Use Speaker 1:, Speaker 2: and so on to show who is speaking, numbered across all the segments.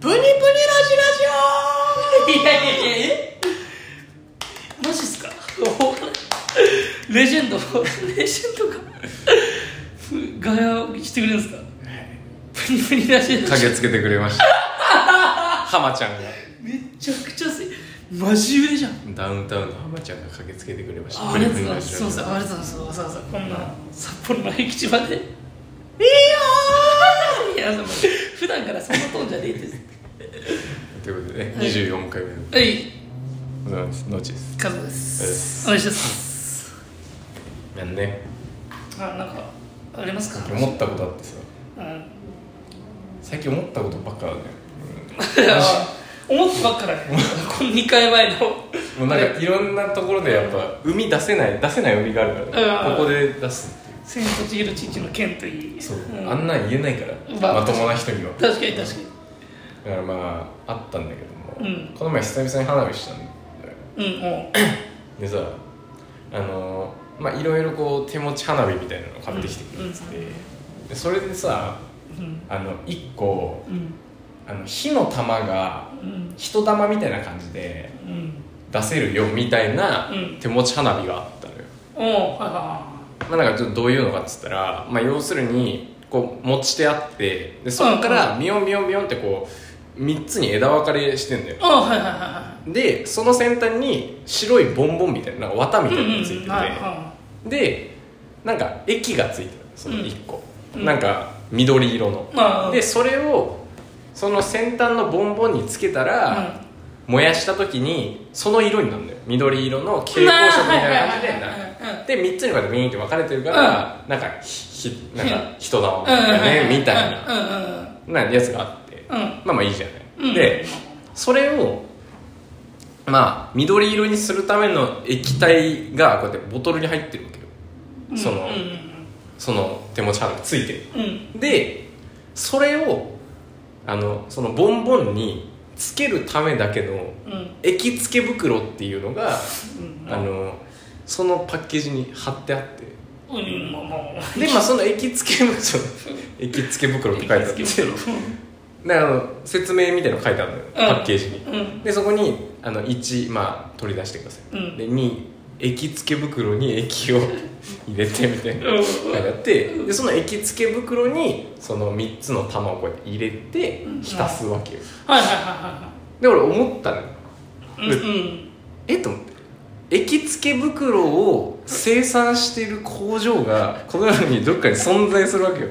Speaker 1: プニプニラジラジオ
Speaker 2: いやいやいやえマジっすかおレジェンドレジェンドがガヤしてくれるんですかプニプニラジラジ
Speaker 3: 影つけてくれました浜ちゃんが
Speaker 2: めちゃくちゃす真面目じゃん
Speaker 3: ダウンタウンの浜ちゃんが駆けつけてくれました
Speaker 2: あありがとうございますすい
Speaker 3: プ
Speaker 2: ま
Speaker 3: ニプ
Speaker 2: せん
Speaker 3: ニ
Speaker 2: ありがとうございますわざわざこんな札幌の駅地までいいよーいやその普段からそんなトーンじゃねえです
Speaker 3: ラジオということでね、
Speaker 2: はい
Speaker 3: 24回目の
Speaker 2: はい
Speaker 3: ございますのちです
Speaker 2: カズで
Speaker 3: です
Speaker 2: すお願いします
Speaker 3: なんね
Speaker 2: あなんかありますか
Speaker 3: 思ったことあってさ
Speaker 2: うん
Speaker 3: 最近思ったことば っかだね、
Speaker 2: いや思ったばっかだねこの2回前の
Speaker 3: うんもうなんかいろんなところでやっぱ生み出せない出せない海があるから、ね
Speaker 2: うん
Speaker 3: ここで出すって
Speaker 2: 「
Speaker 3: い
Speaker 2: 千と千尋ちんちの剣」といいん
Speaker 3: あんなん言えないから、
Speaker 2: まあ
Speaker 3: まともな人には
Speaker 2: 確かに確かに
Speaker 3: だからまああったんだけども、
Speaker 2: うん
Speaker 3: この前久々に花火したんだよ
Speaker 2: うんも
Speaker 3: でさあのーまあいろいろこう手持ち花火みたいなの買ってきてくれてて、でそれでさ
Speaker 2: ううん
Speaker 3: あの1個
Speaker 2: うん
Speaker 3: あの火の玉が
Speaker 2: うん
Speaker 3: 人玉みたいな感じで
Speaker 2: うん
Speaker 3: 出せるよみたいな
Speaker 2: うん
Speaker 3: 手持ち花火があったのよ、
Speaker 2: おおはいは
Speaker 3: まあ、なんかちょっとどういうのかっつったら、まあ、要するにこう持ち手あってでそこからビヨンビヨンビヨンってこう3つに枝分かれしてんだよ
Speaker 2: いはいあはいはいはいは
Speaker 3: でその先端に白いボンボンみたいななんか綿み
Speaker 2: い
Speaker 3: たいなのがついてて、
Speaker 2: はいは
Speaker 3: でなんか液がついてるその1個、
Speaker 2: うん
Speaker 3: なんか緑色の、
Speaker 2: まあ
Speaker 3: でそれをその先端のボンボンにつけたら、燃やした時にその色になるんだよ緑色の蛍光色みたいな感じでなるで3つにまでビーンって分かれてるから、なんかひひなんか人だもん
Speaker 2: うんうん
Speaker 3: ね、みたいな,、
Speaker 2: うんうん
Speaker 3: なやつがあって、
Speaker 2: うん
Speaker 3: まあまあいいじゃない、
Speaker 2: うん
Speaker 3: でそれをまあ緑色にするための液体がこうやってボトルに入ってるわけよ、
Speaker 2: うん
Speaker 3: その、
Speaker 2: うん
Speaker 3: その手持ち花火ついてる
Speaker 2: うんうん
Speaker 3: でそれをあのそのボンボンにつけるためだけの
Speaker 2: うん
Speaker 3: 液付け袋っていうのが、
Speaker 2: うん
Speaker 3: あのそのパッケージに貼ってあって
Speaker 2: うんまあまあまあ
Speaker 3: でまあその液付け袋液付け袋って書いてあってであの説明みたいの書いてあるのよ、パッケージに
Speaker 2: うん
Speaker 3: でそこにあの1、まあ、取り出してください、
Speaker 2: うん
Speaker 3: で2液付け袋に液 を入れてみたいな
Speaker 2: うん
Speaker 3: 書いてあってでその液付け袋にその3つの玉をこうやって入れて
Speaker 2: うん
Speaker 3: 浸すわけよ
Speaker 2: はいはいは
Speaker 3: で俺思ったのよ
Speaker 2: いはいはいうん
Speaker 3: えっと思って液付け袋を生産している工場がこの世にどっかに存在するわけよ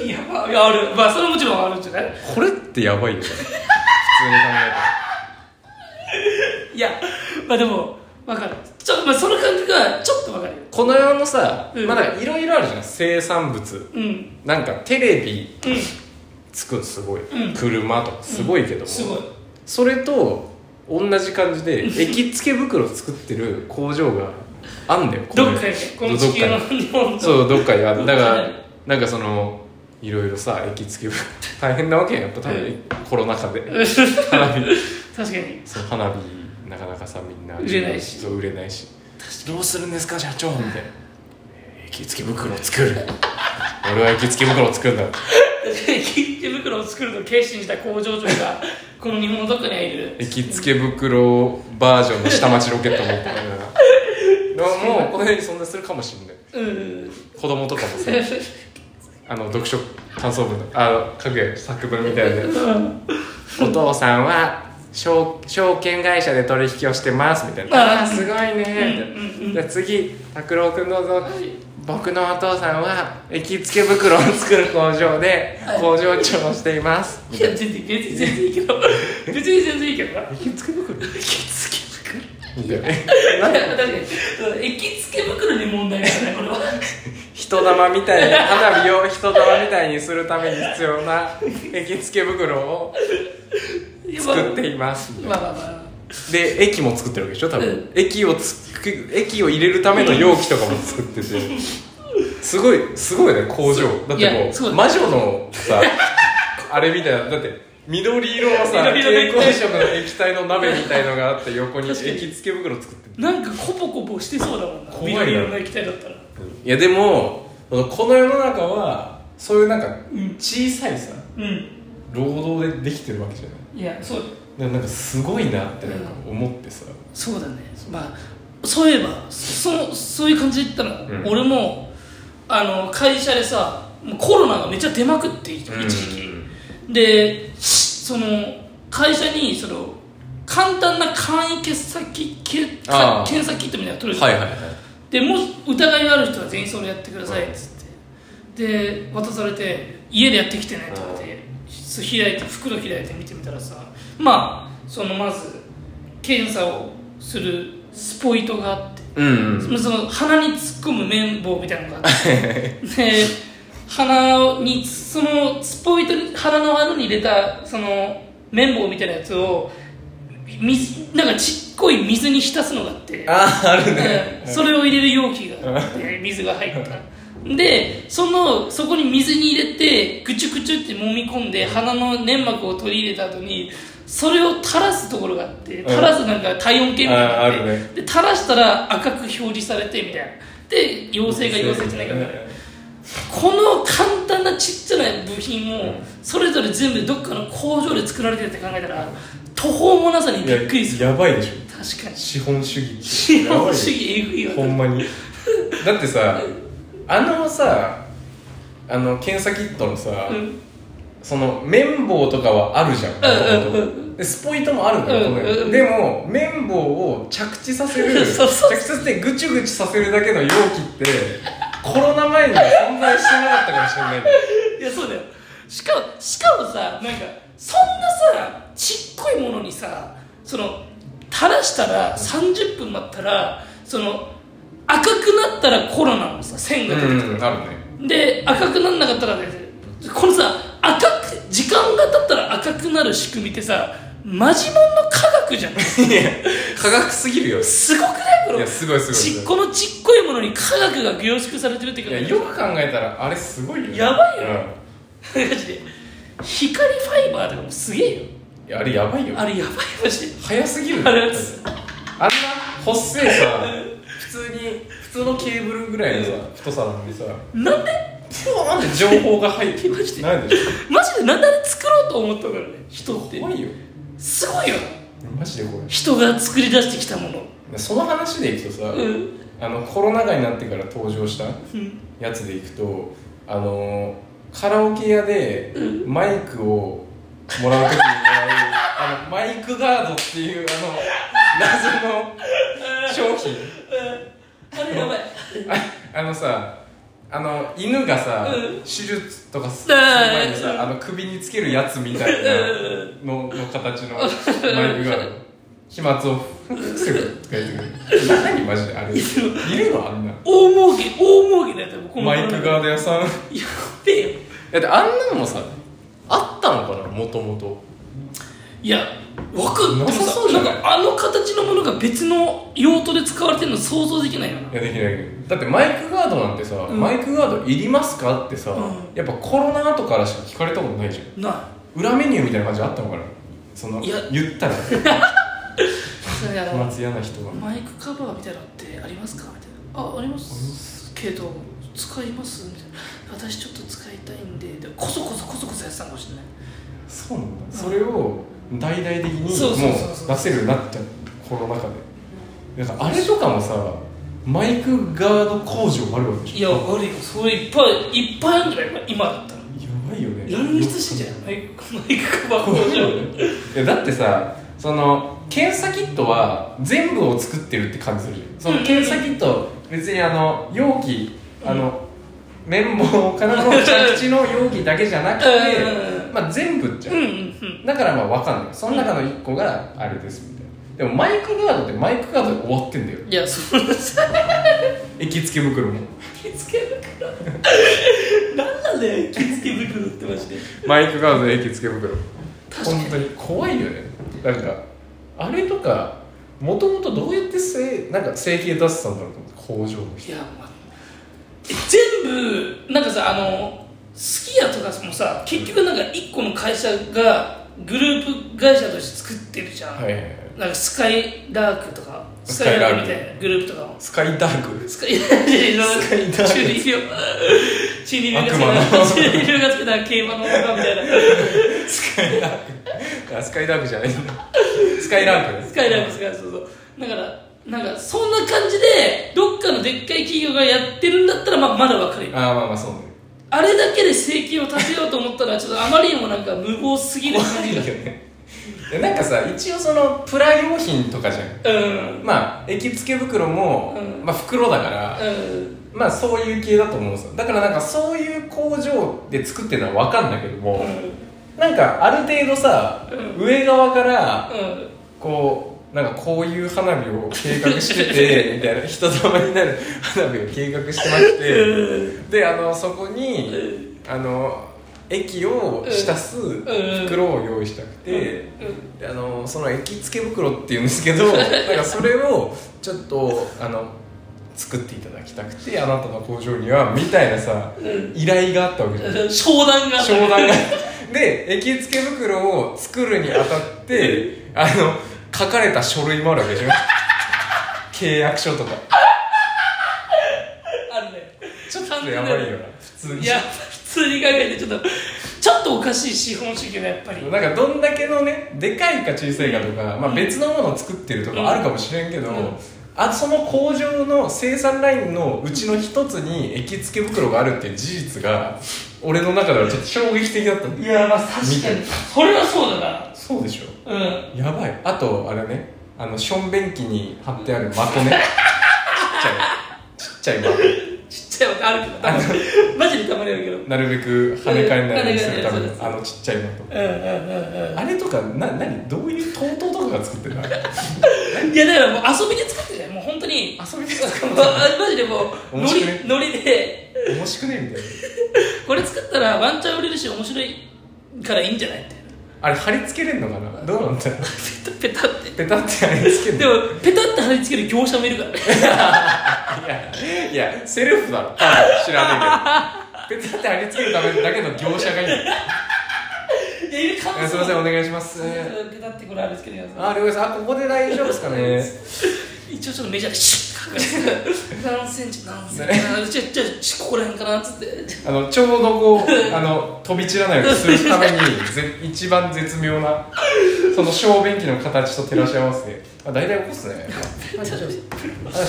Speaker 2: うんいやまあいやあるまあそれもちろんあるんじゃない
Speaker 3: これってやば いよね普通に考
Speaker 2: いやまあでもわかるちょ、まあ、その感覚はちょっとわかるよ
Speaker 3: えたらこの世のさ、
Speaker 2: うん
Speaker 3: まだいろいろあるじゃん生産物
Speaker 2: うん
Speaker 3: なんかテレビ
Speaker 2: うん
Speaker 3: つくのすごい、
Speaker 2: うん
Speaker 3: 車とかすごいけども、
Speaker 2: すごい
Speaker 3: それと同じ感じで液付け袋作ってる工場があんだよ
Speaker 2: どっかにこ
Speaker 3: この
Speaker 2: の地
Speaker 3: 世どっ
Speaker 2: 球の
Speaker 3: かに
Speaker 2: 日本 と
Speaker 3: そうどっかにあるだか
Speaker 2: どっ
Speaker 3: ら
Speaker 2: かに
Speaker 3: なんかそのいろいろさ液付け袋 大変なわけやんやっぱ多分、
Speaker 2: うん
Speaker 3: コロナ禍で
Speaker 2: うん
Speaker 3: 花火
Speaker 2: 確かに
Speaker 3: そう花火なかなかさみんな
Speaker 2: 売れないし
Speaker 3: そう売れないしどうするんですか社長みたいなえー液付け袋を作る俺は液付け袋を作るんだ
Speaker 2: 確かに切手袋を作ると決心した工場長 がこの日本のどっかにはいる
Speaker 3: 行きつけ袋バージョンの下町ロケットみたいなでももうこの辺に存在するかもしれない
Speaker 2: うん
Speaker 3: 子供とかもさあの読書感想文のあ書く作文みたいなやつお父さんは証証券会社で取引をしてますみたい
Speaker 2: あー
Speaker 3: なあーすごいねみたいな、
Speaker 2: うんうんうん
Speaker 3: じゃあ次拓郎君どうぞ、僕のお父さんは行きつけ袋を作る工場で
Speaker 2: はい
Speaker 3: 工場長をしています
Speaker 2: いや全然別に全然いいけど別に全然いいけどな
Speaker 3: 行きつけ袋み
Speaker 2: 行きつけ袋
Speaker 3: たいな
Speaker 2: いや確かにそう行きつけ袋に問題がないこれは
Speaker 3: 人玉みたいに花火を人玉みたいにするために必要な液付け袋を作っています
Speaker 2: まあまあまあ
Speaker 3: で液も作ってるわけでしょ多分、
Speaker 2: うん
Speaker 3: 液をつく液を入れるための容器とかも作っててすごいすごいね工場だ
Speaker 2: い
Speaker 3: って
Speaker 2: や
Speaker 3: も
Speaker 2: そう
Speaker 3: う
Speaker 2: だ
Speaker 3: 魔女のさあれみたいなだって緑色のさ
Speaker 2: 緑色の
Speaker 3: 蛍
Speaker 2: 液体
Speaker 3: 光色の液体の鍋みたいのがあって横に
Speaker 2: 確かに
Speaker 3: 液付け袋作ってる
Speaker 2: なんかコポコポしてそうだもんな
Speaker 3: 怖いな
Speaker 2: 緑色の液体だったら
Speaker 3: いやでもこの世の中はそういうなんか
Speaker 2: うん
Speaker 3: 小さいさ、
Speaker 2: うん
Speaker 3: 労働でできてるわけじゃない
Speaker 2: いやそう
Speaker 3: でもなんかすごいなってなんか思ってさ、
Speaker 2: そうだねまあそういえばそそういう感じで言ったら、
Speaker 3: うん
Speaker 2: 俺もあの会社でさもうコロナがめっちゃ出まくって一
Speaker 3: うん
Speaker 2: 時期、でその会社にその簡単な簡易検査キ検
Speaker 3: あー
Speaker 2: 検査キットみたいなの取れる、
Speaker 3: はいはいはい
Speaker 2: でもし疑いがある人は全員それやってくださいっつってで渡されて家でやってきてねって言われてそう開いて袋開いて見てみたらさまあそのまず検査をするスポイトがあって
Speaker 3: うんうん
Speaker 2: その鼻に突っ込む綿棒みたいなのがあ ってで鼻にそのスポイトに鼻の穴に入れたその綿棒みたいなやつを水なんかちっこい水に浸すのがあって
Speaker 3: ああある
Speaker 2: うん それを入れる容器があって水が入ったでそのそこに水に入れてぐちゅぐちゅって揉み込んで鼻の粘膜を取り入れた後にそれを垂らすところがあって
Speaker 3: ん
Speaker 2: 垂らすなんか体温計みたいなのがあって
Speaker 3: ああるね
Speaker 2: で垂らしたら赤く表示されてみたいなで陽性か陽性じゃないかみたいなこの簡単なちっちゃな部品をそれぞれ全部どっかの工場で作られてるって考えたら途方もなさにびっくりする
Speaker 3: ややばいでしょ
Speaker 2: 確かに
Speaker 3: 資本主義
Speaker 2: 資本主義えぐい
Speaker 3: や
Speaker 2: わ
Speaker 3: ばいよほんまにだってさあのさあの検査キットのさ、
Speaker 2: うん
Speaker 3: その綿棒とかはあるじゃん、
Speaker 2: うんうんうん
Speaker 3: でスポイトもあるんだよ、
Speaker 2: うんうん
Speaker 3: この世にでも綿棒を着地させ る
Speaker 2: そうそう
Speaker 3: 着地させてぐちゅぐちゅさせるだけの容器ってコロナ前には存在してなかったかもしれないんだよ
Speaker 2: いやそうだよしかもしかもさなんかそんなさちっこいものにさその垂らしたら30分待ったらその赤くなったらコロナのさ線が出てくる、
Speaker 3: うん、あるね
Speaker 2: で赤くなんなかったらねこのさ赤く時間が経ったら赤くなる仕組みってさマジモンの科学じゃん
Speaker 3: 科学すぎるよい
Speaker 2: すごくないこれ
Speaker 3: やすごいすごい
Speaker 2: ち
Speaker 3: す
Speaker 2: っ
Speaker 3: ごい
Speaker 2: このちっこいものに科学が凝縮されてるって
Speaker 3: いや
Speaker 2: 感
Speaker 3: よく考えたらあれすごいよ、ね、
Speaker 2: やばいよ
Speaker 3: うん
Speaker 2: マジで光ファイバーとかもすげえよ
Speaker 3: いやあれやばいよ
Speaker 2: あれやばいマジで
Speaker 3: 早すぎるよ
Speaker 2: あれやつ
Speaker 3: あんな発生さ普通に普通のケーブルぐらいのさ太さなのにさ
Speaker 2: なんで
Speaker 3: なんで情報が入って
Speaker 2: マジで
Speaker 3: ないでしょ
Speaker 2: マジでなんであれ作ろうと思ったからね人って
Speaker 3: 怖いよ
Speaker 2: すごいよ
Speaker 3: マジでこ
Speaker 2: 人が作り出してきたもの
Speaker 3: れその話でいくとさ、
Speaker 2: うん
Speaker 3: あのコロナ禍になってから登場した
Speaker 2: うん
Speaker 3: やつでいくとあのカラオケ屋でマイクをもらう時にもらうあのマイクガードっていうあの謎の商品
Speaker 2: あれやばい
Speaker 3: ああのさあの犬がさ、
Speaker 2: うん
Speaker 3: 手術とかす
Speaker 2: うん
Speaker 3: る前にさ、
Speaker 2: うん
Speaker 3: あの首につけるやつみたいなのの形のマイクがある飛沫を防ぐとか言ってくる何マジであれいるのあんな
Speaker 2: 大儲け大儲けだよ多分この
Speaker 3: マイクガード屋さんだ
Speaker 2: やべえよ
Speaker 3: ってあんなのもさあったのかなもともと
Speaker 2: いやわかん
Speaker 3: な
Speaker 2: でも
Speaker 3: さそう
Speaker 2: さ
Speaker 3: じ
Speaker 2: な
Speaker 3: ゃ
Speaker 2: ん
Speaker 3: ない
Speaker 2: かあの形のものが別の用途で使われてるの想像できないよない
Speaker 3: やできないけどだってマイクガードなんてさ、
Speaker 2: うん
Speaker 3: マイクガードいりますかってさ、
Speaker 2: うん
Speaker 3: やっぱコロナ後からしか聞かれたことないじゃん
Speaker 2: な
Speaker 3: 裏メニューみたいな感じあったのかなその
Speaker 2: いや
Speaker 3: 言ったら
Speaker 2: あいや
Speaker 3: 松屋な人が
Speaker 2: マイクカバーみたいなのってありますかみたいなあありますけど使いますみたいな私ちょっと使いたいんででこそこそこそこそやってたかもしれない
Speaker 3: そうなんだそれを大々的に
Speaker 2: そうそう
Speaker 3: も
Speaker 2: そうそう
Speaker 3: う出せるようになっちゃうコロナ禍でなんかあれとかもさマイクガード工場あるわけで
Speaker 2: い
Speaker 3: し
Speaker 2: や
Speaker 3: ょ
Speaker 2: 悪いよそれいっぱいいっぱいあるんじゃない今だったら
Speaker 3: やばいよね
Speaker 2: 乱立してんじゃんマイクマイクカバー工
Speaker 3: いよ
Speaker 2: 場
Speaker 3: ね いやだってさその検査キットは全部を作ってるって感じするじゃんその
Speaker 2: うん
Speaker 3: 検査キット別にあの容器あの綿棒からの着地の容器だけじゃなくて
Speaker 2: う
Speaker 3: まあ全部じゃ
Speaker 2: うんうんうん
Speaker 3: だからまあ分かんないその中の1個があれですみたいなでもマイクガードってマイクガードで終わってんだよ
Speaker 2: いやそのさ
Speaker 3: 行きつけ袋も
Speaker 2: 着付け袋何なんだよ着付け袋ってマジで
Speaker 3: マイクガードで行きつけ袋
Speaker 2: 確かに
Speaker 3: 本当に怖いよねなんかあれとかもともとどうやってせいなんか整形出してたんだろうと思って工場の
Speaker 2: い
Speaker 3: 人
Speaker 2: や、まあ、え全部なんかさあのすき家とかもさ結局なんか一個の会社がグループ会社として作ってるじゃん、
Speaker 3: はいはいはい
Speaker 2: なんかスカイラークとか
Speaker 3: スカイラーク
Speaker 2: みたいなグループとかも
Speaker 3: スカイダーク
Speaker 2: スカイラーク
Speaker 3: スカイラーク
Speaker 2: 中二病シンディ・ルー
Speaker 3: 悪魔
Speaker 2: がつけた
Speaker 3: の
Speaker 2: シンディ・ルーがつけた競馬の馬みたいな
Speaker 3: スカイラークあスカイラークじゃないんだスカイラーク
Speaker 2: スカイラークスカイラークそうそうだからなんかそんな感じでどっかのでっかい企業がやってるんだったら、まあ、まだわかるよ
Speaker 3: ああまあまあそうね
Speaker 2: あれだけで生計を立てようと思ったらちょっとあまりにもなんか無謀すぎる
Speaker 3: 怖
Speaker 2: 感
Speaker 3: い
Speaker 2: じ
Speaker 3: よ
Speaker 2: が
Speaker 3: ねでなんかさ一応そのプラ用品とかじゃん
Speaker 2: うん
Speaker 3: まあ液付け袋も、
Speaker 2: うん
Speaker 3: まあ袋だから、
Speaker 2: うん
Speaker 3: まあそういう系だと思うんですよだからなんかそういう工場で作ってるのは分かんだけども、なんかある程度さ、
Speaker 2: う
Speaker 3: 上側から
Speaker 2: うん
Speaker 3: こうなんかこういう花火を計画し ててみたいな人様になる花火を計画してまして
Speaker 2: う
Speaker 3: であのそこに
Speaker 2: ん
Speaker 3: あの液を浸す袋を用意したくて。であのその液付け袋っていうんです けどなんかそれをちょっとあの作っていただきたくてあなたの工場にはみたいなさ
Speaker 2: うん
Speaker 3: 依頼があったわけじゃない
Speaker 2: うん商談が
Speaker 3: 商談がで液付け袋を作るにあたってあの書かれた書類もあるわけでしょ契約書とか
Speaker 2: あるねちょっ
Speaker 3: やばいよな普通に
Speaker 2: いや普通に考えてちょっとちょっとおかしい資本主義がやっぱり
Speaker 3: なんかどんだけのねでかいか小さいかとか、まあ、別のものを作ってると
Speaker 2: うん
Speaker 3: かあるかもしれんけど、
Speaker 2: うん
Speaker 3: あその工場の生産ラインのうちの一つに液付け袋があるっていう事実が俺の中ではちょっと衝撃的だった
Speaker 2: いやまあ確
Speaker 3: かに
Speaker 2: それはそうだ
Speaker 3: そうでしょ
Speaker 2: なうん
Speaker 3: やばいあとあれねあのしょんべん機に貼ってある 的ねちっちゃいちっちゃい
Speaker 2: ちっちゃいわあるけどたまにマジでたまにあるけどうん
Speaker 3: 的なるべく跳ね返らないようにするため
Speaker 2: うん跳ね返らないようにす
Speaker 3: の
Speaker 2: る
Speaker 3: あのちっちゃい的
Speaker 2: うんうんうん
Speaker 3: あれとかな何どういう TOTO とかが作ってるのあれ
Speaker 2: いやだからもう遊びで作ってたよもう本当に
Speaker 3: 遊びで
Speaker 2: もうあマジでもうノ
Speaker 3: 面白い
Speaker 2: リノリで
Speaker 3: 面白くねみたいな
Speaker 2: これ作ったらワンチャン売れるし面白いからいいんじゃないって
Speaker 3: あれ貼り付けれんのかなどうなんだろう
Speaker 2: ペタペタって
Speaker 3: ペタって貼り付ける
Speaker 2: でもペタって貼り付ける業者もいる からね
Speaker 3: いやいやセルフだろ多分知らねえけどペタって貼り付けるためだけの業者がいる
Speaker 2: いやいる可能
Speaker 3: す
Speaker 2: 性
Speaker 3: いませんお願いします
Speaker 2: ペタってこれ貼り付けるやつ
Speaker 3: ありょうさんあここで大丈夫ですかね
Speaker 2: 一応ちょっとメジャーでシュッて何センチ何センチあじゃあじゃあちここら辺かなっつって
Speaker 3: あのちょうどこうあの飛び散らないようにするためにぜ一番絶妙なその小便器の形と照らし合わせてあ大体起こすね大丈夫です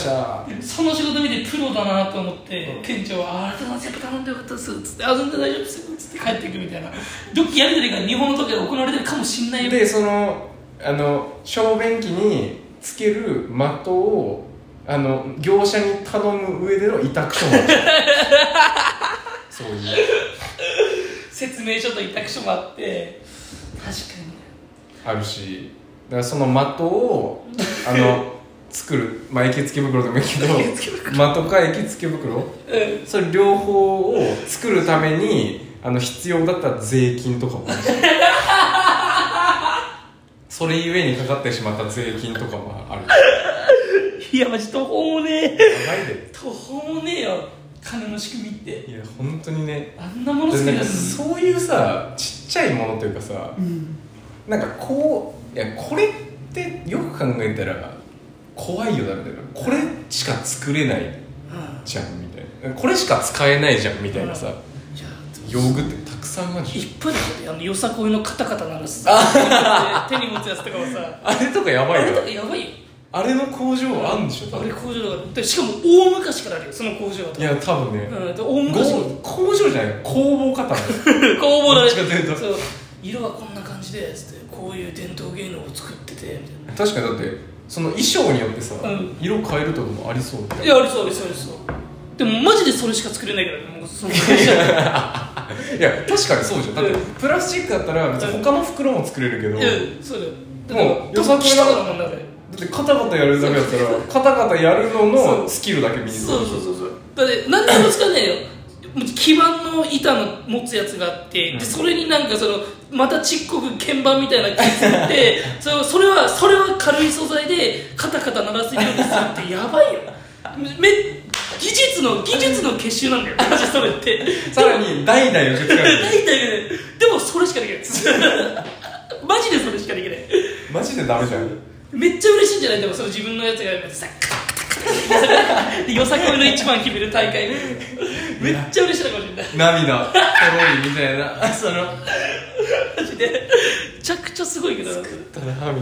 Speaker 3: あ
Speaker 2: その仕事見てプロだなと思って、店長は「あれだな、絶対頼んでよかったっす」っつって「あ全然大丈夫っすよ」っつって帰っていくみたいなドッキリやりとりが日本の時で行われてるかもしんないよ
Speaker 3: でそのあの小便器につける的をあの業者に頼む上での委託書もあるそういう
Speaker 2: 説明書と委託書もあって確
Speaker 3: あるしだからその的をあの作るまあ液付け袋でもいいけど
Speaker 2: 液付
Speaker 3: 的か液付け袋
Speaker 2: かにうん
Speaker 3: それ両方を作るためにあの必要だった税金とかもあるそれゆえにかかってしまった税金とかもある
Speaker 2: いやマジ途方もねえ
Speaker 3: やばいで
Speaker 2: 途方もねえよ金の仕組みって
Speaker 3: いや本当にね
Speaker 2: あんなもの好き
Speaker 3: で
Speaker 2: な
Speaker 3: なんん
Speaker 2: だ
Speaker 3: かそういうさちっちゃいものというかさ、なんかこういやこれってよく考えたら怖いよだみたいなこれしか作れないじゃんみたいなこれしか使えないじゃんみたいなさ
Speaker 2: いや
Speaker 3: 用具ってたくさんある
Speaker 2: 一
Speaker 3: し
Speaker 2: 分であのよさこいのカタカタ鳴らす手に持つやつとかもさ
Speaker 3: あれとかや
Speaker 2: あ
Speaker 3: ばい
Speaker 2: れ
Speaker 3: よ
Speaker 2: とかやばいよ
Speaker 3: あれの工場あんでしょ多
Speaker 2: あ
Speaker 3: 分
Speaker 2: れ工場だからでしかも大昔からあるよその工場はい
Speaker 3: や多分ね、
Speaker 2: うんで大
Speaker 3: ご
Speaker 2: 昔
Speaker 3: 工場じゃない工房方
Speaker 2: 工房だ
Speaker 3: ど
Speaker 2: ね
Speaker 3: っちかというと
Speaker 2: そう色はこんな感じでつってこういう伝統芸能を作っててみたいな
Speaker 3: 確かにだってその衣装によってさ、
Speaker 2: うん
Speaker 3: 色変えるとかもありそうだよ
Speaker 2: いやありそうありそうありそうでもマジでそれしか作れないからねもうそのい
Speaker 3: いや確かにそうじゃんだって
Speaker 2: うん
Speaker 3: プラスチックだったら別に他の袋も作れるけど、
Speaker 2: や
Speaker 3: だ
Speaker 2: そうだよ
Speaker 3: もうよさこい
Speaker 2: だからもんなだ
Speaker 3: ってカタカタやるだけだったらカタカタやるののスキルだけ身につけ
Speaker 2: そうそうそうそうだって何でも使わないよもう基板の板の持つやつがあって、でそれになんかそのまたちっこく鍵盤みたいなの削って それをそれはそれは軽い素材でカタカタ鳴らせるようにするってやばいよめ技術の技術の結集なんだよマジそれって
Speaker 3: さらに代々受け継がれ る
Speaker 2: 大体ねでもそれしかできない マジでそれしかできない
Speaker 3: マジでダメじゃん
Speaker 2: めっちゃ嬉しいんじゃないでもその自分のやつがやるとさカタカタカタカタカタでよさこいの一番決める大会めっちゃ嬉しいかもしれない
Speaker 3: 涙とろりみたい なその
Speaker 2: マジでめちゃくちゃすごいけど
Speaker 3: だなみたいな、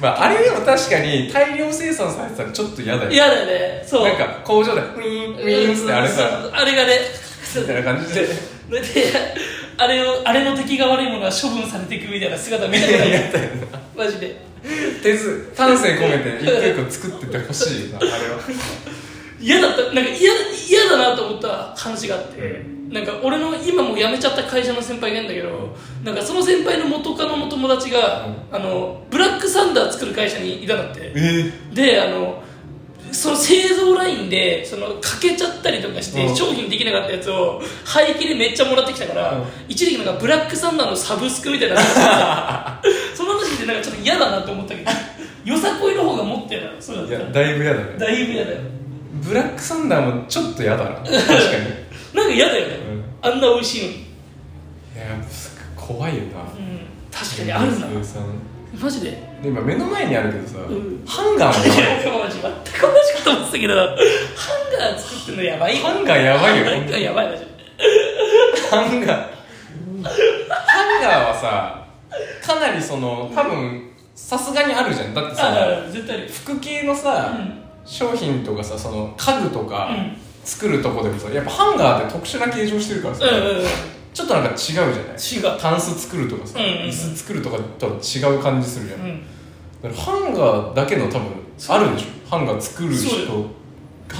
Speaker 3: まあ、あれでも確かに大量生産されてたらちょっと嫌だよ
Speaker 2: 嫌だよねそう
Speaker 3: なんか工場でウィーンウィーンってあれ
Speaker 2: そう
Speaker 3: さ
Speaker 2: そうあれがね
Speaker 3: みたいな 感じで
Speaker 2: であれをあれの敵が悪いものは処分されていくみたいな姿見たくない
Speaker 3: やったよな
Speaker 2: マジで
Speaker 3: 手数丹精込めて一個一個作っててほしいよなあれは
Speaker 2: 嫌だったなんか嫌嫌だなと思った話があって、
Speaker 3: う
Speaker 2: なんか俺の今もう辞めちゃった会社の先輩がいるんだけど、なんかその先輩の元カノの友達が、あのブラックサンダー作る会社にいたんだって
Speaker 3: え
Speaker 2: であのその製造ラインでその欠けちゃったりとかして、
Speaker 3: うん
Speaker 2: 商品できなかったやつを廃棄でめっちゃもらってきたから、
Speaker 3: うん
Speaker 2: 一時期なんかブラックサンダーのサブスクみたいなのがあって その話でなんかちょっと嫌だなと思ったけどよさこいの方がもっとやだそうだっ
Speaker 3: い
Speaker 2: た
Speaker 3: や
Speaker 2: ら
Speaker 3: だいぶ嫌だね
Speaker 2: だいぶ嫌だよ
Speaker 3: ブラックサンダーもちょっと 嫌だな確かに
Speaker 2: なんか嫌だよね、
Speaker 3: うん
Speaker 2: あんな美味しいのに、
Speaker 3: いや怖いよな
Speaker 2: うん、確かにあるな
Speaker 3: さん
Speaker 2: マジで
Speaker 3: で今目の前にあるけどさ、
Speaker 2: ん
Speaker 3: ハンガー
Speaker 2: い
Speaker 3: もやばい
Speaker 2: やマジ全く同じこと思ってたけどハンガー作ってるのや ばい
Speaker 3: ハンガーやばいよ
Speaker 2: ハンガーやばいマジで
Speaker 3: ハンガーハンガーはさかなりその多分さすがにあるじゃんだってさ
Speaker 2: ああ絶対ある
Speaker 3: 服系のさ、
Speaker 2: うん
Speaker 3: 商品とかさその家具とか
Speaker 2: うん
Speaker 3: 作るとこでもさやっぱハンガーって特殊な形状してるからさ、
Speaker 2: うんうんうん違う
Speaker 3: ちょっとなんか違うじゃないタンス作るとかさ、
Speaker 2: うんうんうん
Speaker 3: 椅子作るとかとは違う感じするじゃん、
Speaker 2: う
Speaker 3: だからハンガーだけの多分あるでしょハンガー作る
Speaker 2: そうだ
Speaker 3: 人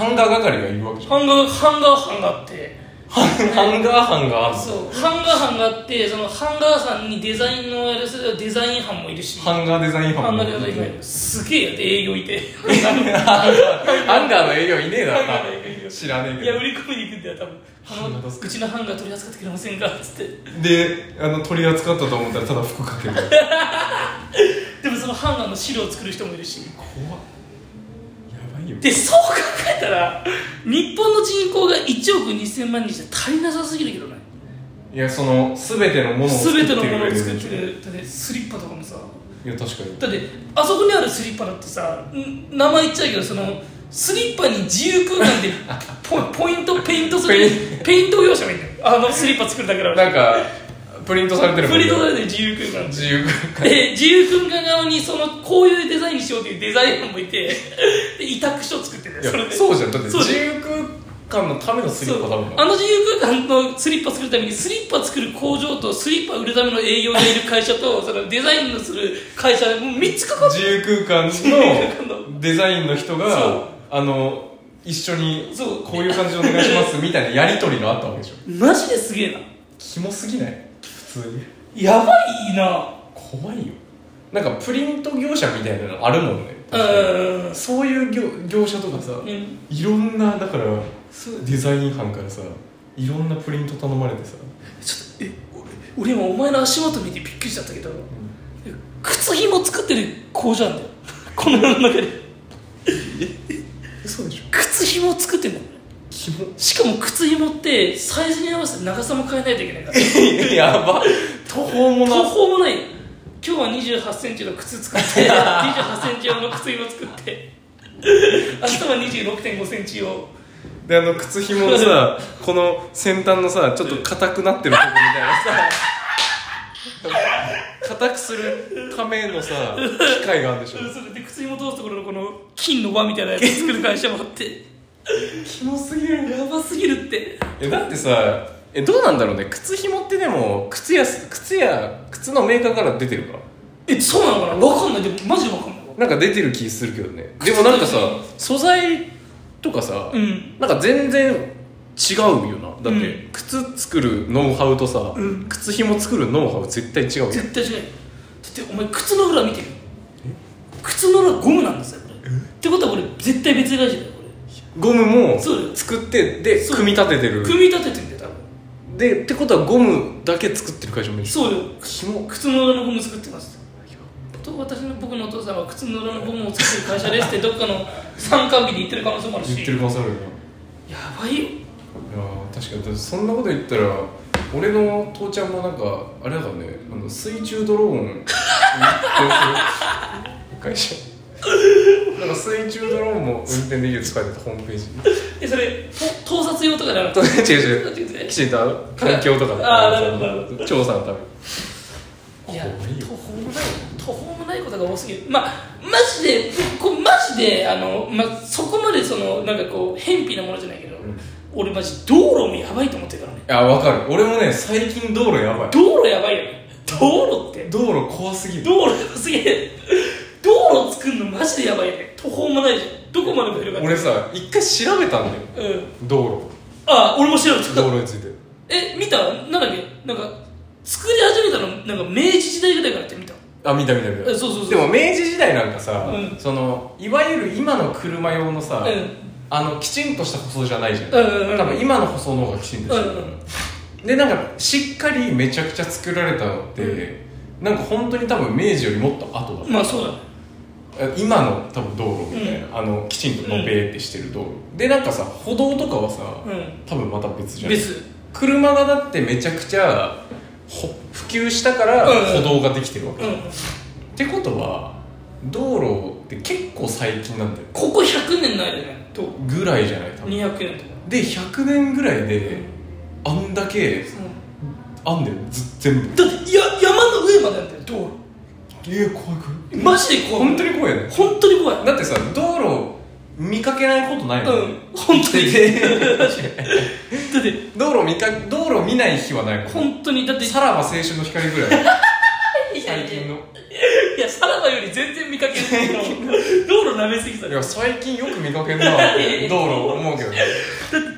Speaker 3: ハンガー係がいるわけじ
Speaker 2: ん
Speaker 3: ゃん
Speaker 2: ハンガーハンガーハンガーって
Speaker 3: ハンガーハンガーある
Speaker 2: そうハンガーハンガーってそのハンガーさんにデザインのやるデザイン班もいるし
Speaker 3: ハンガーデザイン
Speaker 2: ハ
Speaker 3: 班
Speaker 2: ン
Speaker 3: も
Speaker 2: ガ
Speaker 3: い
Speaker 2: ーデ
Speaker 3: る
Speaker 2: ザイン班いるすげえやって営業いて
Speaker 3: ハンガーの営業いねえだ
Speaker 2: ハ
Speaker 3: ろ
Speaker 2: ンガーの営業
Speaker 3: な知らねえ
Speaker 2: い
Speaker 3: け
Speaker 2: や
Speaker 3: ど
Speaker 2: 売り込みに行くんだよ多分あ
Speaker 3: ハンガー
Speaker 2: の
Speaker 3: どうす
Speaker 2: うちのハンガー取り扱ってくれませんかっつって
Speaker 3: であの取り扱ったと思ったらただ服かける怖っ
Speaker 2: でもそのハンガーの汁を作る人もいるし
Speaker 3: やばいよ
Speaker 2: でそう考えたら日本の人口が1億2000万人じゃ足りなさすぎるけどね
Speaker 3: いやその全てのものを作って
Speaker 2: 全
Speaker 3: る
Speaker 2: てのものを作っ
Speaker 3: 上
Speaker 2: て
Speaker 3: で
Speaker 2: るだってスリッパとかもさ
Speaker 3: いや確かに
Speaker 2: だってあそこにあるスリッパだってさん名前言っちゃうけどそのスリッパに自由空間で ポポイントペイントするペイント業者がいるんだよあのスリッパ作るだけだから
Speaker 3: なんかプリントされてるも
Speaker 2: プ
Speaker 3: んね
Speaker 2: リントされてる自由空間
Speaker 3: 自由空間
Speaker 2: で自由空間側にそのこういうデザインにしようっていうデザインもいてで委託書作ってる
Speaker 3: いや
Speaker 2: それで
Speaker 3: そうじゃんだって
Speaker 2: そう
Speaker 3: 自由空間のためのスリッパだもん
Speaker 2: そう
Speaker 3: な
Speaker 2: あの自由空間のスリッパ作るためにスリッパ作る工場とスリッパ売るための営業がいる会社 とそのデザインのする会社もう3つかかって
Speaker 3: 自由空間
Speaker 2: 由空間
Speaker 3: のデザインの人
Speaker 2: そう
Speaker 3: があの一緒に
Speaker 2: そう
Speaker 3: こういう感じでお願いし ますみたいなやり取りがあったわけでしょ
Speaker 2: るマジですげえな
Speaker 3: キモすぎない普通に
Speaker 2: やばいな
Speaker 3: 怖いよなんかプリント業者みたいなのあるもんね
Speaker 2: うん
Speaker 3: そういう業業者とかさ
Speaker 2: うん
Speaker 3: いろんなだからデザイン班からさいろんなプリント頼まれてさ
Speaker 2: ちょっとえ俺俺今お前の足元見てびっくりしちゃったけど、靴ひも作ってる工場なんだよこの世の中で
Speaker 3: 嘘でしょ
Speaker 2: 靴ひも作ってんだよ
Speaker 3: キモ
Speaker 2: しかも靴ひもってサイズに合わせて長さも変えないといけないから
Speaker 3: やば途方も
Speaker 2: 途
Speaker 3: な
Speaker 2: 方もない今日は2 8ンチの靴作って2 8ンチ用の靴紐作って明日は2 6 5ンチ用
Speaker 3: であの靴ひも のさこの先端のさちょっと硬くなってるとこみたいなさ硬くするためのさ機械があるんでしょ
Speaker 2: それで靴紐通すところのこの金の輪みたいなやつ作る会社もあって
Speaker 3: キモすぎる
Speaker 2: やばすぎるって
Speaker 3: えだってさえどうなんだろうね靴ひもってでも靴や靴や靴のメーカーから出てるか
Speaker 2: えそうなのかなわかんないでもマジでわかんない
Speaker 3: なんか出てる気するけどねでもなんかさ
Speaker 2: 靴と
Speaker 3: 素材とかさ、
Speaker 2: うん
Speaker 3: なんか全然違うよなだって、
Speaker 2: う
Speaker 3: 靴作るノウハウとさ、
Speaker 2: うん
Speaker 3: 靴ひも作るノウハウ絶対違うよ
Speaker 2: 絶対違うよだってお前靴の裏見てる靴の裏ゴムなんですよこれってことはこれ絶対別会社だよこ
Speaker 3: ゴムも
Speaker 2: そうだよ
Speaker 3: 作ってで
Speaker 2: そう
Speaker 3: 組み立てて
Speaker 2: れ
Speaker 3: る
Speaker 2: 組み立ててんだよ多分
Speaker 3: でってことはゴムだけ作ってる会社もいる
Speaker 2: そうよ
Speaker 3: ひも
Speaker 2: 靴の裏のゴム作ってますと私の僕のお父さんは靴の裏のゴムを作ってる会社ですってどっかの参観日で言ってる可能性もあるし
Speaker 3: 言ってる可能性あるよな
Speaker 2: やばいよ
Speaker 3: いやー確かにだってそんなこと言ったら俺の父ちゃんもなんかあれだからね あの水中ドローンを運転する会社なんか水中ドローンも運転できるって書いてたホームページに
Speaker 2: えそれと盗撮用とかじゃなくて
Speaker 3: 違う違うきちんとあの環境とか
Speaker 2: あーなるほどなるほど
Speaker 3: 調査のために
Speaker 2: いや
Speaker 3: 怖いよ
Speaker 2: 途方もない途方もないことが多すぎるまあマジでこうマジであの、まあ、そこまでそのなんかこう偏僻なものじゃないけど、
Speaker 3: ん
Speaker 2: 俺マジ道路もやばいと思ってるからね
Speaker 3: いやわかる俺もね最近道路やばい
Speaker 2: 道路やばいよね道路って
Speaker 3: 道路怖すぎる
Speaker 2: 道路やばすぎる道路作るのマジでやばいよね途方もないじゃんどこまでも広がる
Speaker 3: 俺さ一回調べたんだよ
Speaker 2: うん
Speaker 3: 道
Speaker 2: あ俺も調べ
Speaker 3: 路
Speaker 2: てた
Speaker 3: 道路について
Speaker 2: え見たなんだっけなんか作り始めたのなんか明治時代ぐらいからって見た
Speaker 3: あ見た見た見た
Speaker 2: えそうそうそう
Speaker 3: でも明治時代なんかさ、
Speaker 2: うん
Speaker 3: そのいわゆる今の車用のさ、
Speaker 2: うん
Speaker 3: あのきちんとした舗装じゃないじゃん,、
Speaker 2: うんうんうん
Speaker 3: 多分今の舗装の方がきちんとしてる、
Speaker 2: うんうん
Speaker 3: でなんかしっかりめちゃくちゃ作られたのって、なんか本当に多分明治よりもっと後だった
Speaker 2: まあそうだね
Speaker 3: 今の多分道路みたいな、あのきちんとのべーってしてる道路、でなんかさ歩道とかはさ、
Speaker 2: うん
Speaker 3: 多分また別じゃん
Speaker 2: 別
Speaker 3: 車がだってめちゃくちゃほ普及したから
Speaker 2: うん
Speaker 3: 歩道ができてるわけ、
Speaker 2: うん
Speaker 3: ってことは道路って結構最近なんだよ
Speaker 2: ここ100年ないでねと
Speaker 3: ぐらいじゃない多分
Speaker 2: 200年とか
Speaker 3: で100年ぐらいであんだけあんだよず全部
Speaker 2: だってや山の上までなんだよ道
Speaker 3: えー、怖く
Speaker 2: 路マジで怖い
Speaker 3: 本当に怖いよね
Speaker 2: 本当に怖い
Speaker 3: だってさ道路見かけないことな
Speaker 2: う
Speaker 3: い
Speaker 2: ん
Speaker 3: もん、
Speaker 2: 本当に
Speaker 3: で
Speaker 2: だって
Speaker 3: 道路見か道路見ない日はないもん
Speaker 2: 本当にだって
Speaker 3: さらば青春の光ぐらい
Speaker 2: いや
Speaker 3: 最近
Speaker 2: い
Speaker 3: の
Speaker 2: やいやさらばより全然見かけないけど道路舐めすぎた
Speaker 3: い
Speaker 2: ね
Speaker 3: や最近よく見かけんな
Speaker 2: え
Speaker 3: 道路思うけどね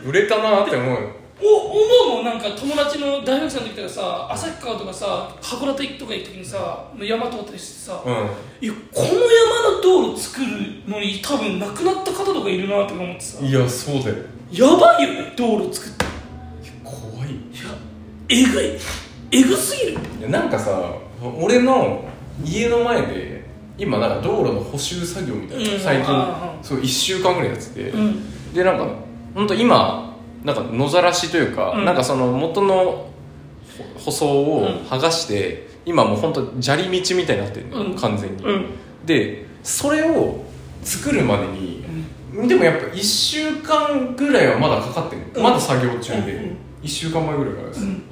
Speaker 3: 売れたなって思うよ
Speaker 2: お思うもんなんか友達の大学生の時とかさ旭川とかさ函館とか行く時にさ山通ったりしてさ、
Speaker 3: うん
Speaker 2: いやこの山の道路作るのに多分亡くなった方とかいるなとか思ってさ
Speaker 3: いやそうだよ
Speaker 2: やばいよね道路作って
Speaker 3: 怖いよ
Speaker 2: いやえぐいえぐすぎる
Speaker 3: いやなんかさ俺の家の前で今なんか道路の補修作業みたいな、
Speaker 2: うん
Speaker 3: 最近
Speaker 2: ああ
Speaker 3: そう1週間ぐらいやってて、
Speaker 2: うん
Speaker 3: でなんかほんと今なんか野ざらしというか、
Speaker 2: うん
Speaker 3: なんかその元のほ舗装を剥がして、今もうほんと砂利道みたいになってるの、
Speaker 2: うん
Speaker 3: 完全に、
Speaker 2: うん
Speaker 3: でそれを作るまでに、でもやっぱ1週間ぐらいはまだかかってる、
Speaker 2: うん
Speaker 3: まだ作業中で、
Speaker 2: うんうん
Speaker 3: 1週間前ぐらいからです、
Speaker 2: うん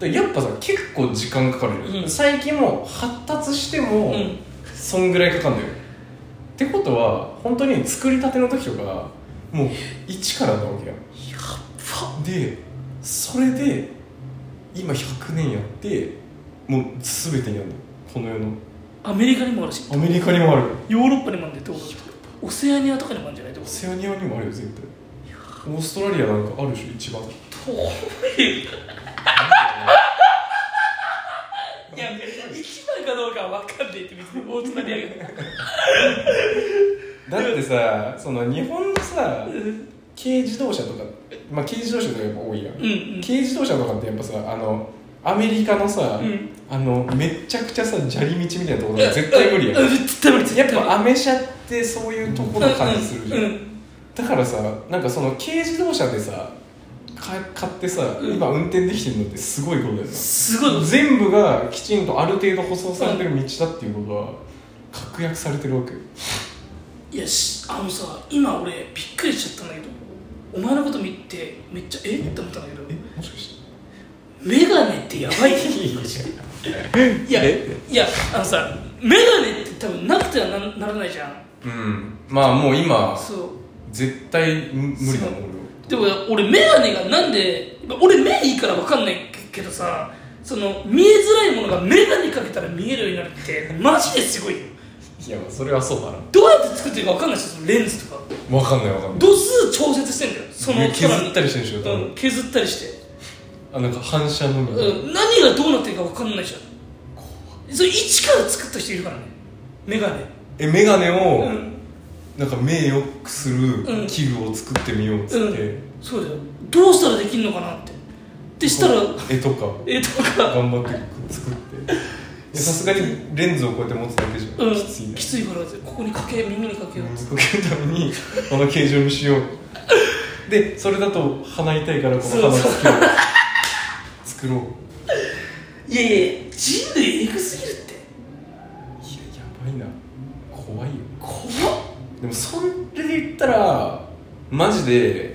Speaker 3: でやっぱさ結構時間かかるじゃん
Speaker 2: うん
Speaker 3: 最近もう発達しても、
Speaker 2: うん
Speaker 3: そんぐらいかかるんだよってことは本当に作りたての時とかもう一からなわけやでそれで今100年やってもう全てにあるのこの世の
Speaker 2: アメリカにもあるし
Speaker 3: アメリカにもある
Speaker 2: ヨーロッパにもあるんで道路オセアニアとかにもあるんじゃない道
Speaker 3: オ
Speaker 2: 路
Speaker 3: セアニアにもあるよ絶対オーストラリアなんかあるでしょ一 番
Speaker 2: 遠いいや一番かどうかは分かんないって別に大津までやる
Speaker 3: だってさその日本のさ軽自動車とか、まあ、軽自動車とかやっぱ多いやん、
Speaker 2: うんうん
Speaker 3: 軽自動車とかってやっぱさあのアメリカのさ、
Speaker 2: うん
Speaker 3: あのめちゃくちゃさ砂利道みたいなところが絶対無理やん、
Speaker 2: うん絶対無理
Speaker 3: やっぱアメ車ってそういうところ感じするじゃん、
Speaker 2: うんうん
Speaker 3: だからさなんかその軽自動車でさか買ってさ、
Speaker 2: うん
Speaker 3: 今運転できてるのってすごいことだよな
Speaker 2: すごいこと
Speaker 3: 全部がきちんとある程度舗装されてる道だっていうことは確約されてるわけよ
Speaker 2: いやしあのさ今俺びっくりしちゃったんだけどお前のこと見てめっちゃえって思ったんだけど
Speaker 3: えもしかして
Speaker 2: メガネってや ばいねマジでいやいやあのさメガネって多分なくてはなならないじゃん
Speaker 3: うんまあもう今
Speaker 2: そう
Speaker 3: 絶対無無理だもん
Speaker 2: そう
Speaker 3: 俺
Speaker 2: で
Speaker 3: は
Speaker 2: も俺眼鏡がなんで俺目いいから分かんないけどさその見えづらいものが眼鏡かけたら見えるようになるってマジですごいよ
Speaker 3: いやまあそれはそうだな
Speaker 2: どうやって作ってるか分かんないしそのレンズとか
Speaker 3: 分かんない分かんない
Speaker 2: 度数調節してんだよその
Speaker 3: 削ったりしてるでしょ多
Speaker 2: う
Speaker 3: 分
Speaker 2: ん削ったりして、
Speaker 3: あなんか反射のみたいな
Speaker 2: うん、何がどうなってるか分かんないじゃんそれ一から作った人いるからね眼鏡
Speaker 3: え眼鏡を
Speaker 2: うん
Speaker 3: なんか目良くす
Speaker 2: う
Speaker 3: る
Speaker 2: ん
Speaker 3: 器具を作ってみようっつ
Speaker 2: う
Speaker 3: って、
Speaker 2: んそうだよどうしたらできるのかなってでしたら
Speaker 3: 絵とか
Speaker 2: えとか
Speaker 3: 頑張って作っ ていやさすがにレンズをこうやって持つだけじゃ、
Speaker 2: うん
Speaker 3: きついね
Speaker 2: きついからここにかけ耳にかけよう
Speaker 3: 水かけるため にこの形状にしようでそれだと鼻痛いからこの鼻つけよう 作ろう
Speaker 2: いやいや人類エグすぎるって
Speaker 3: いややばいな怖いよ
Speaker 2: 怖っ
Speaker 3: でもそれで言ったらマジで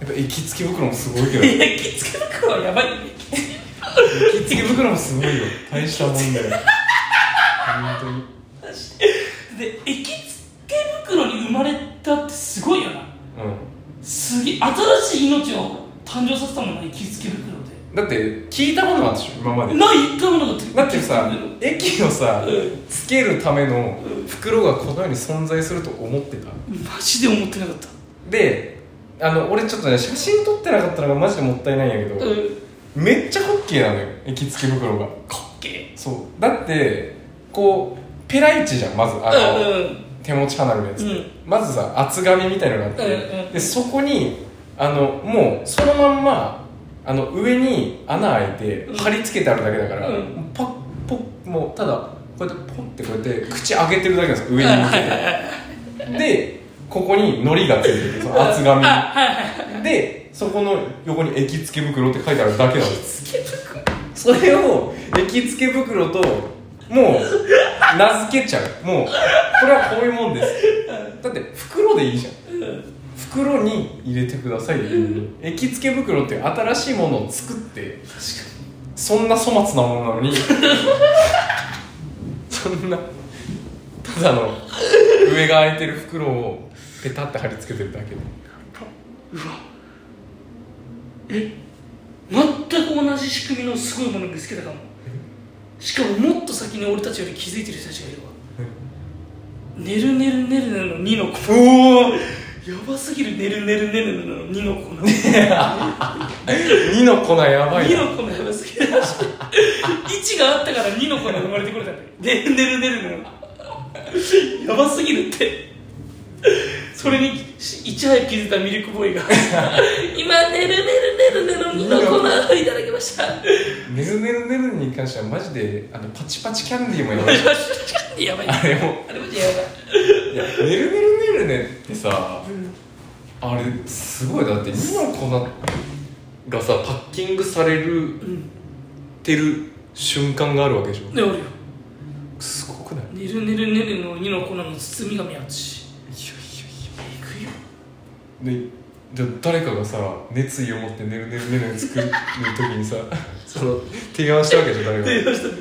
Speaker 3: やっぱ駅付き袋もすご いけど
Speaker 2: いや着付け袋はやばい
Speaker 3: 駅付き袋もすごいよ大したもんだよ本当に
Speaker 2: で駅付け袋に生まれたってすごいよなすげえ新しい命を誕生させたもんな駅付け袋で
Speaker 3: うんだって聞いたことなんでしょ今まで
Speaker 2: ない一回もなかった
Speaker 3: だってさ
Speaker 2: 駅付け
Speaker 3: 駅をさ
Speaker 2: うん
Speaker 3: つけるための
Speaker 2: うん
Speaker 3: 袋がこの世に存在すると思ってた
Speaker 2: 袋マジで思ってなかった
Speaker 3: であの俺ちょっとね写真撮ってなかったのがマジでもったいないんやけど、
Speaker 2: うん
Speaker 3: めっちゃホッケーなのよ駅付け袋が
Speaker 2: かっけ
Speaker 3: そうだってこうペライチじゃんまず
Speaker 2: え
Speaker 3: あの、
Speaker 2: うんうん
Speaker 3: 手持ち離れのやつ、
Speaker 2: うん
Speaker 3: まずさ厚紙みたいなのがあって、
Speaker 2: うんうん
Speaker 3: でそこにあのもうそのまんまあの上に穴開いて
Speaker 2: うん
Speaker 3: 貼り付けてあるだけだから、
Speaker 2: うん
Speaker 3: パッポッもうただこうやってポンってこうやって口開けてるだけなんですよ上に向けてでここに糊がついてるその厚紙にでそこの横に液付け袋って書いてあるだけなんです
Speaker 2: つけ袋
Speaker 3: それを液付け袋ともう名付けちゃうもうこれはこういうもんですだって袋でいいじゃん袋に入れてくださいよ液付け袋っていう新しいものを作ってそんな粗末なものなのにそんなただの上が開いてる袋をペタって貼り付けてるだけで
Speaker 2: 全く同じ仕組みのすごいもの見つけたかもしかももっと先に俺たちより気づいてる人たちがいるわねるねるねるねるの2の粉
Speaker 3: おお
Speaker 2: やばすぎるねるねるねるねるの2の粉
Speaker 3: 2の粉やばいな
Speaker 2: 2の粉やばすぎるらしい1があったから2の粉が生まれてくれたんだよねるねるねるねるのやばすぎるってそれにいち早く気づいたミルクボーイが今ねるねるねるねの2の粉をいただきました
Speaker 3: ねるねるねるに関してはマジであのパチパチキャンディーもやばいし
Speaker 2: やばい
Speaker 3: あれも
Speaker 2: あれマジやばい
Speaker 3: いやねるねるねるねってさ、あれすごいだって2の粉がさパッキングされる
Speaker 2: うん
Speaker 3: ってる瞬間があるわけでしょ
Speaker 2: でおるよ
Speaker 3: すごくない
Speaker 2: ねるねるねるの2の粉の包み紙あるしえぐいよ
Speaker 3: でじゃあ誰かがさ熱意を持って「ねるねるねる」作る時にさ その提案したわけじゃん誰か
Speaker 2: 提案
Speaker 3: がい
Speaker 2: したの
Speaker 3: や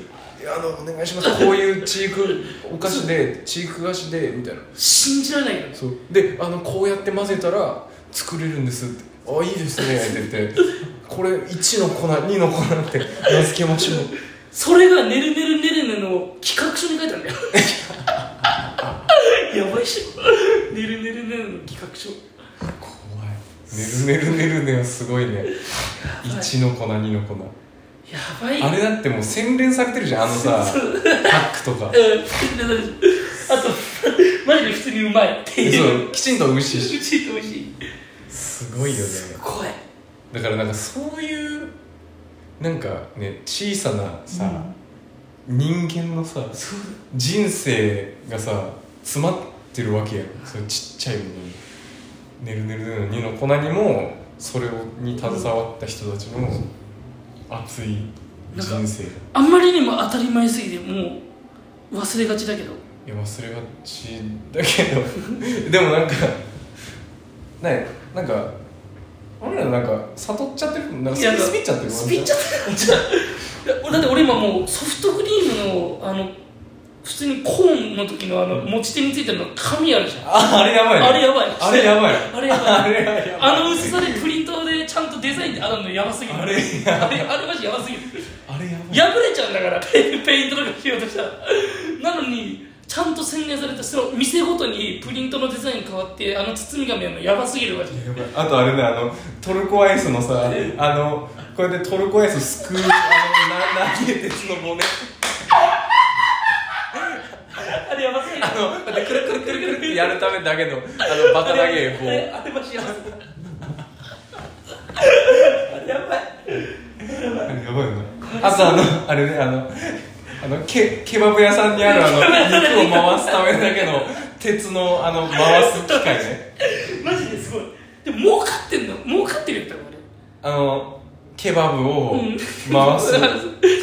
Speaker 3: あのお願いしますこういうチークお菓子でチーク菓子でみたいな
Speaker 2: 信じられないよね
Speaker 3: そうであのこうやって混ぜたら作れるんですって「あいいですね」って言って「これ1の粉2の粉」って名付けましょう
Speaker 2: それがねるねるねるねの企画書に書いてあるんだよ やばいっしょねるねるねるの企画書
Speaker 3: 怖い「ねるねるねるね」はすごいね1の粉2の粉
Speaker 2: やばい
Speaker 3: あれだってもう 洗練されてるじゃんあのさ
Speaker 2: そう
Speaker 3: パックとか
Speaker 2: うんあとマジで普通にうまいっていう
Speaker 3: そうきちんと美味しいし
Speaker 2: 美しいって美味しい
Speaker 3: すごいよね
Speaker 2: 怖い
Speaker 3: だからなんかそういうなんかね小さなさ、人間のさ
Speaker 2: そう
Speaker 3: 人生がさ詰まってるわけやろそれちっちゃいのに「ねるねるねるね」の粉にもそれをに携わった人たちの熱い人生が
Speaker 2: あんまりにも当たり前すぎてもう忘れがちだけど
Speaker 3: いや忘れがちだけど でもなんかねなんか俺らなんか悟っちゃってるなんか
Speaker 2: いや
Speaker 3: スピっちゃってる
Speaker 2: スピっちゃってるじゃ あだって俺今もうソフトクリームのあの普通にコーンの時のあの持ち手についてるの紙あるじゃん
Speaker 3: ああれやばいね
Speaker 2: あれやばい
Speaker 3: あれやばい
Speaker 2: あれやばい
Speaker 3: あれやばい
Speaker 2: あの薄さでプリントでちゃんとデザインであるのやばすぎる
Speaker 3: あれ
Speaker 2: あれあれマジやばすぎる
Speaker 3: あれやばい
Speaker 2: 破れちゃうんだからペペイントとかしようとしたらなのにちゃんと宣言されたその店ごとにプリントのデザイン変わってあの包み紙やるのやばすぎるマジで
Speaker 3: やばいあとあれねあのトルコアイスのさあのこうやってトルコアイスすくうあのな投げ鉄の骨
Speaker 2: あれやばすぎる
Speaker 3: あのだってくるくるくるくるってやるためだけのあのバカ投げ
Speaker 2: あれ
Speaker 3: 棒
Speaker 2: あれマジやばいあれやばい
Speaker 3: あれやばいよなあとあのあれねあのあのケケバブ屋さんにあるあの肉を回すためだけの鉄のあの回す機械ね
Speaker 2: マジですごいでも儲かってんの儲かってるよ多分
Speaker 3: あのケバブを
Speaker 2: 俺うん
Speaker 3: 回す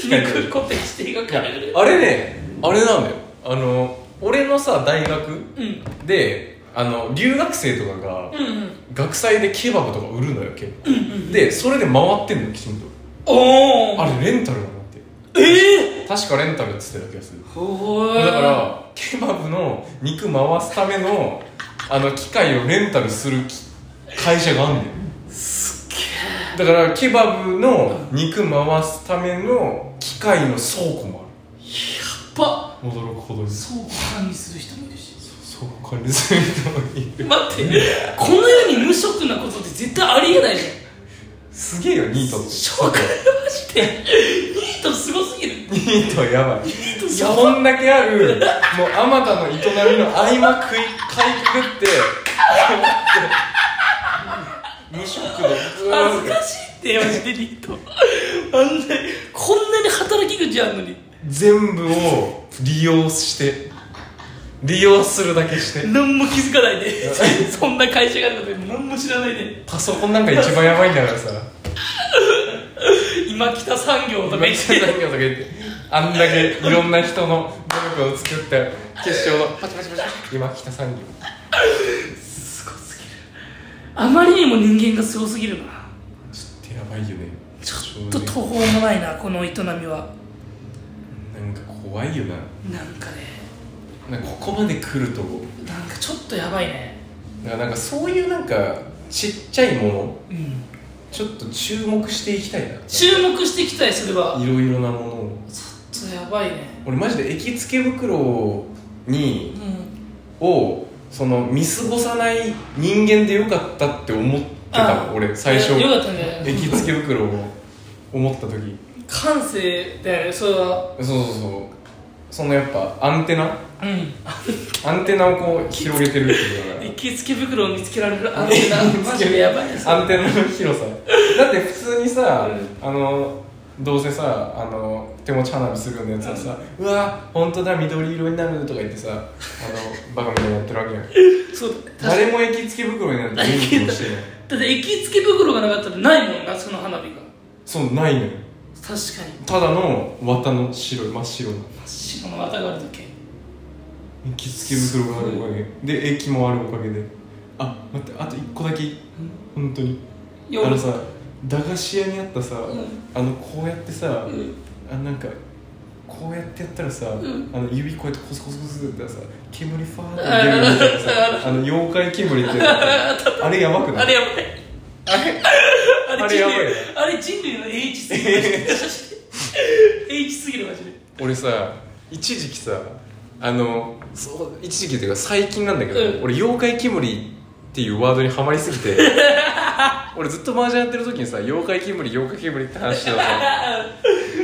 Speaker 3: 機械だよ
Speaker 2: 肉固定して描かれる
Speaker 3: あれねあれなんだよあの俺のさ大学
Speaker 2: うん
Speaker 3: であの留学生とかが
Speaker 2: うんうん
Speaker 3: 学祭でケバブとか売るのよ結
Speaker 2: う
Speaker 3: 構、
Speaker 2: んうん
Speaker 3: でそれで回ってんのきちんと
Speaker 2: おお
Speaker 3: あれレンタルなのって
Speaker 2: ええ
Speaker 3: 確かレンタルっつってた気がする
Speaker 2: ほー
Speaker 3: だからケバブの肉回すためのあの機械をレンタルするき会社があんねんだからケバブの肉回すための機械の倉庫も
Speaker 2: ば
Speaker 3: ある驚くほどにそ
Speaker 2: そう管理する人もいるし
Speaker 3: 倉庫管理する人もいる
Speaker 2: 待ってこの世に無職なことって絶対ありえないじゃん
Speaker 3: すげえよニートって
Speaker 2: 紹介ましてニートすごすぎる
Speaker 3: ニートやばい
Speaker 2: ト
Speaker 3: い
Speaker 2: す
Speaker 3: や
Speaker 2: ごい
Speaker 3: こんだけあるもうあまたの営みの合間食いかいくぐって2食でず
Speaker 2: 恥ず
Speaker 3: ーっ
Speaker 2: かしいってマジでニートあんなこんなに働き口あんのに
Speaker 3: と全部を利用して利用するだけして
Speaker 2: 何も気づかない でそんな会社があるので何も知らないで
Speaker 3: パソコンなんか一番やばいんだからさ
Speaker 2: 今北産業とか
Speaker 3: め
Speaker 2: 言
Speaker 3: っ
Speaker 2: っ
Speaker 3: ち
Speaker 2: て
Speaker 3: ゃ何をとか言ってあんだけいろんな人の努力を作って決勝のパチパチパチパチ今北産業
Speaker 2: あまりにも人間がすごすぎるな
Speaker 3: ちょっとやばいよね
Speaker 2: ちょっと途方もないなこの営みは
Speaker 3: なんか怖いよな
Speaker 2: なんかね
Speaker 3: なんかここまで来ると
Speaker 2: なんかちょっとやばいね
Speaker 3: だからなんかそういうなんかちっちゃいもの
Speaker 2: うん
Speaker 3: ちょっと注目していきたいな
Speaker 2: 注目していきたいそれはい
Speaker 3: ろいろなものを
Speaker 2: ちょっとやばいね
Speaker 3: 俺マジで液付け袋に
Speaker 2: うん
Speaker 3: をその見過ごさない人間でよかったって思ってた
Speaker 2: あ
Speaker 3: の俺最初
Speaker 2: よかったんじゃない
Speaker 3: 液付け袋を思った時
Speaker 2: 感性だよねそれは
Speaker 3: そうそうそうそのやっぱアンテナ
Speaker 2: うん
Speaker 3: アンテナをこう広げてるっていうの が
Speaker 2: 行きつけ袋を見つけられるアンテナマジでやばいねそれ
Speaker 3: アンテナの広さだって普通にさ、
Speaker 2: う
Speaker 3: あのどうせさあの手持ち花火するようなやつはさ「うわ本当だ緑色になる」とか言ってさあのバカみたいにやってるわけやん
Speaker 2: そうだ
Speaker 3: 誰も液付け袋になって見に行こうとして ない
Speaker 2: だって行きつけ袋がなかったらないもんなその花火が
Speaker 3: そうないのよ
Speaker 2: 確かに
Speaker 3: ただの綿の白い真っ白な
Speaker 2: 真っ白の綿があるだけ
Speaker 3: 液付け袋があるおかげで液もあるおかげであ待ってあと1個だけ本当に
Speaker 2: いや
Speaker 3: あの
Speaker 2: 俺
Speaker 3: さ駄菓子屋にあったさ、あのこうやってさ、
Speaker 2: うん
Speaker 3: あなんかこうやってやったらさ、
Speaker 2: ん
Speaker 3: あの指こうやってコスコスコスってやったらさ煙ファーって出るみたいなさあの妖怪煙ってやつあれやばくない
Speaker 2: あれやばい
Speaker 3: あれ
Speaker 2: あ
Speaker 3: あれ
Speaker 2: れ人
Speaker 3: やばい
Speaker 2: 類
Speaker 3: よ
Speaker 2: あれ人類の H すぎる H すぎるマジで
Speaker 3: 俺さ一時期さあのそう一時期っていうか最近なんだけど、
Speaker 2: うん
Speaker 3: 俺妖怪煙っていうワードにはまりすぎ て俺ずっと麻雀やってる時にさ妖怪煙妖怪煙って話してたのさ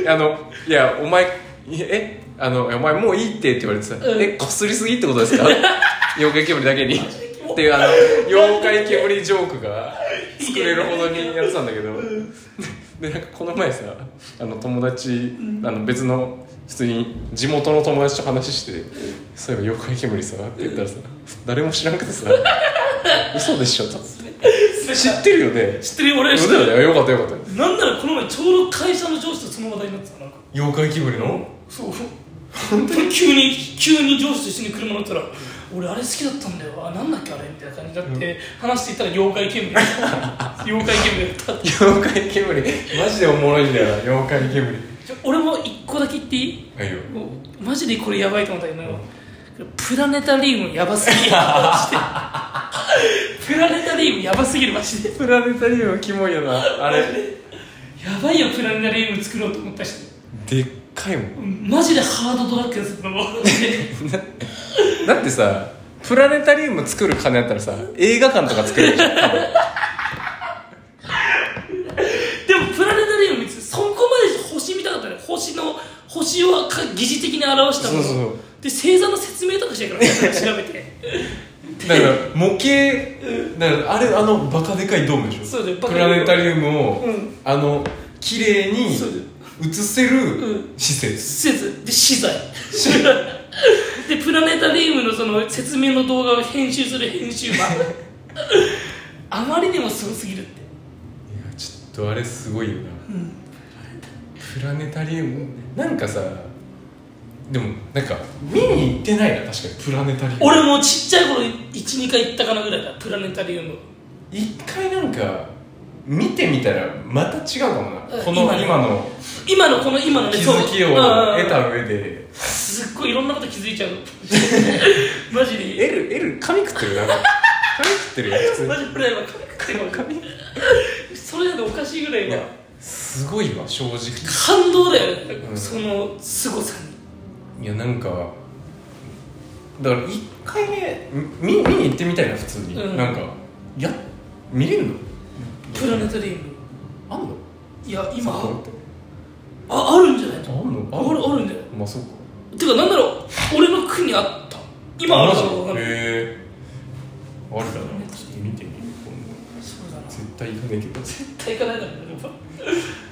Speaker 3: あのいやお前えあのお前もういいってって言われてさ、
Speaker 2: うん
Speaker 3: えこすりすぎってこと ですか妖怪煙だけにっていうあの妖怪煙ジョークが作れるほどにやってたんだけど でなんかこの前さあの友達あの別の普通に地元の友達と話して「そういえば妖怪煙さ」って言ったらさ誰も知らんくて さ「嘘でしょ」と知ってるよね
Speaker 2: 知ってるよ俺は知
Speaker 3: そ
Speaker 2: っ
Speaker 3: う
Speaker 2: てる
Speaker 3: だよねよかったよかった
Speaker 2: なんならこの前ちょうど会社の上司とその話題になってたなんか
Speaker 3: 妖怪煙の
Speaker 2: そう本当に急に急に上司と一緒に車乗ったら俺あれ好きだったんだよあなんだっけあれみたいな感じになって、話していったら妖怪煙 妖怪煙だったって
Speaker 3: 妖怪煙マジでおもろいんだよな妖怪煙
Speaker 2: ちょ俺も一個だけ言っていい
Speaker 3: あいいよ
Speaker 2: もうマジでこれやばいと思ったけど、プラネタリウムやばすぎるマジでプラネタリウムやばすぎるマジで
Speaker 3: プラネタリウムキモいよなあれ
Speaker 2: やばいよプラネタリウム作ろうと思った人
Speaker 3: でっかいもん
Speaker 2: マジでハードドラッグやつだもん
Speaker 3: だってさプラネタリウム作る金あったらさ映画館とか作れるじゃん多分
Speaker 2: でもプラネタリウム別にそこまで星見たかったね星の星をか擬似的に表したもの
Speaker 3: そうそうそう
Speaker 2: で星座の説明とかしてるからね調べて
Speaker 3: だから模型だからあれあのバカでかいドームでしょ
Speaker 2: そうだよバカ
Speaker 3: プ
Speaker 2: でかい
Speaker 3: ラネタリウムを、
Speaker 2: うん
Speaker 3: あの綺麗に
Speaker 2: そうだよ
Speaker 3: 映せ
Speaker 2: う
Speaker 3: る施設、
Speaker 2: 施設で資 材でプラネタリウムのその説明の動画を編集する編集 版あまりにもすごすぎるって
Speaker 3: いやちょっとあれすごいよな、プラネタリウムなんかさでもなんか見に行ってないな確かにプラネタリウム
Speaker 2: 俺もちっちゃい頃12回行ったかなぐらいだプラネタリウム
Speaker 3: 一回なんか見てみたらまた違うかもな
Speaker 2: うん
Speaker 3: この
Speaker 2: 今の
Speaker 3: 今
Speaker 2: 今
Speaker 3: の
Speaker 2: のこの今のね
Speaker 3: 気づきを
Speaker 2: そううん
Speaker 3: 得た上で
Speaker 2: すっごいいろんなこと気づいちゃうのマジで
Speaker 3: L, L 髪食ってるな髪食ってるよ普通に
Speaker 2: マジ俺今 髪食ってるかもしれないそれだとおかしいぐらい
Speaker 3: い
Speaker 2: 今
Speaker 3: やすごいわ正直
Speaker 2: 感動だよね、
Speaker 3: うん
Speaker 2: その凄さに
Speaker 3: いやなんかだから一回ねみ見に行ってみたいな普通に、
Speaker 2: うん
Speaker 3: なんかや見れるの
Speaker 2: プラネタリウム
Speaker 3: あんの
Speaker 2: いや今
Speaker 3: そこって
Speaker 2: ああるんじゃない
Speaker 3: あんの
Speaker 2: ああるあるんだよ
Speaker 3: まあそうか
Speaker 2: てかなんだろう俺の区にあった今ある
Speaker 3: マ
Speaker 2: かど
Speaker 3: ジ
Speaker 2: うかわかんない
Speaker 3: へえあるだなちょっと見てみる今
Speaker 2: そうだな
Speaker 3: 度絶対行かねえけど
Speaker 2: 絶対行かないだろうねやっぱ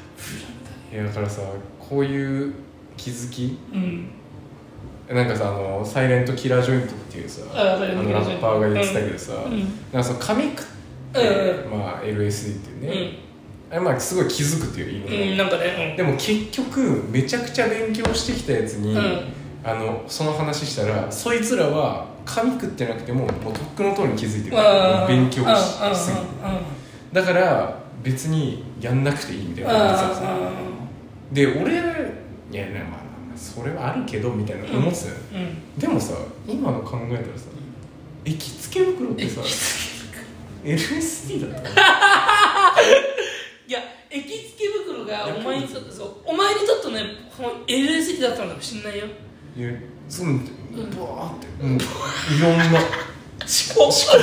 Speaker 3: いやだからさこういう気づき
Speaker 2: うん
Speaker 3: なんかさあのサイレントキラージョイントっていうさ
Speaker 2: あサイレントキ
Speaker 3: の
Speaker 2: ラ
Speaker 3: ラ
Speaker 2: ージョイン
Speaker 3: ッ
Speaker 2: ト
Speaker 3: パーが言ってたけどさ、
Speaker 2: うん
Speaker 3: なんかその紙食って、まあ、LSD っていう
Speaker 2: う
Speaker 3: ね、あれまあすごい気づくっていう意味
Speaker 2: ん、うん、なんかね
Speaker 3: でも結局めちゃくちゃ勉強してきたやつに、
Speaker 2: うん
Speaker 3: あのその話したらそいつらは紙食ってなくてももうとっくの通りに気づいて
Speaker 2: う
Speaker 3: る
Speaker 2: んあー
Speaker 3: 勉強
Speaker 2: うん
Speaker 3: しすぎて
Speaker 2: うんうん
Speaker 3: だから別にやんなくていいみたいな感じだったの
Speaker 2: う
Speaker 3: で俺いやいやまあまあそれはあるけどみたいな思ってたよ、
Speaker 2: んうん
Speaker 3: でもさ今の考えたらさ液付け袋ってさ LSD だった
Speaker 2: いや液付け袋がお前にとってそうお前にとってねほん LSD だったのかもしんないよ
Speaker 3: いやそうなんだよブワーってもういろんな
Speaker 2: 思考
Speaker 3: 思
Speaker 2: 思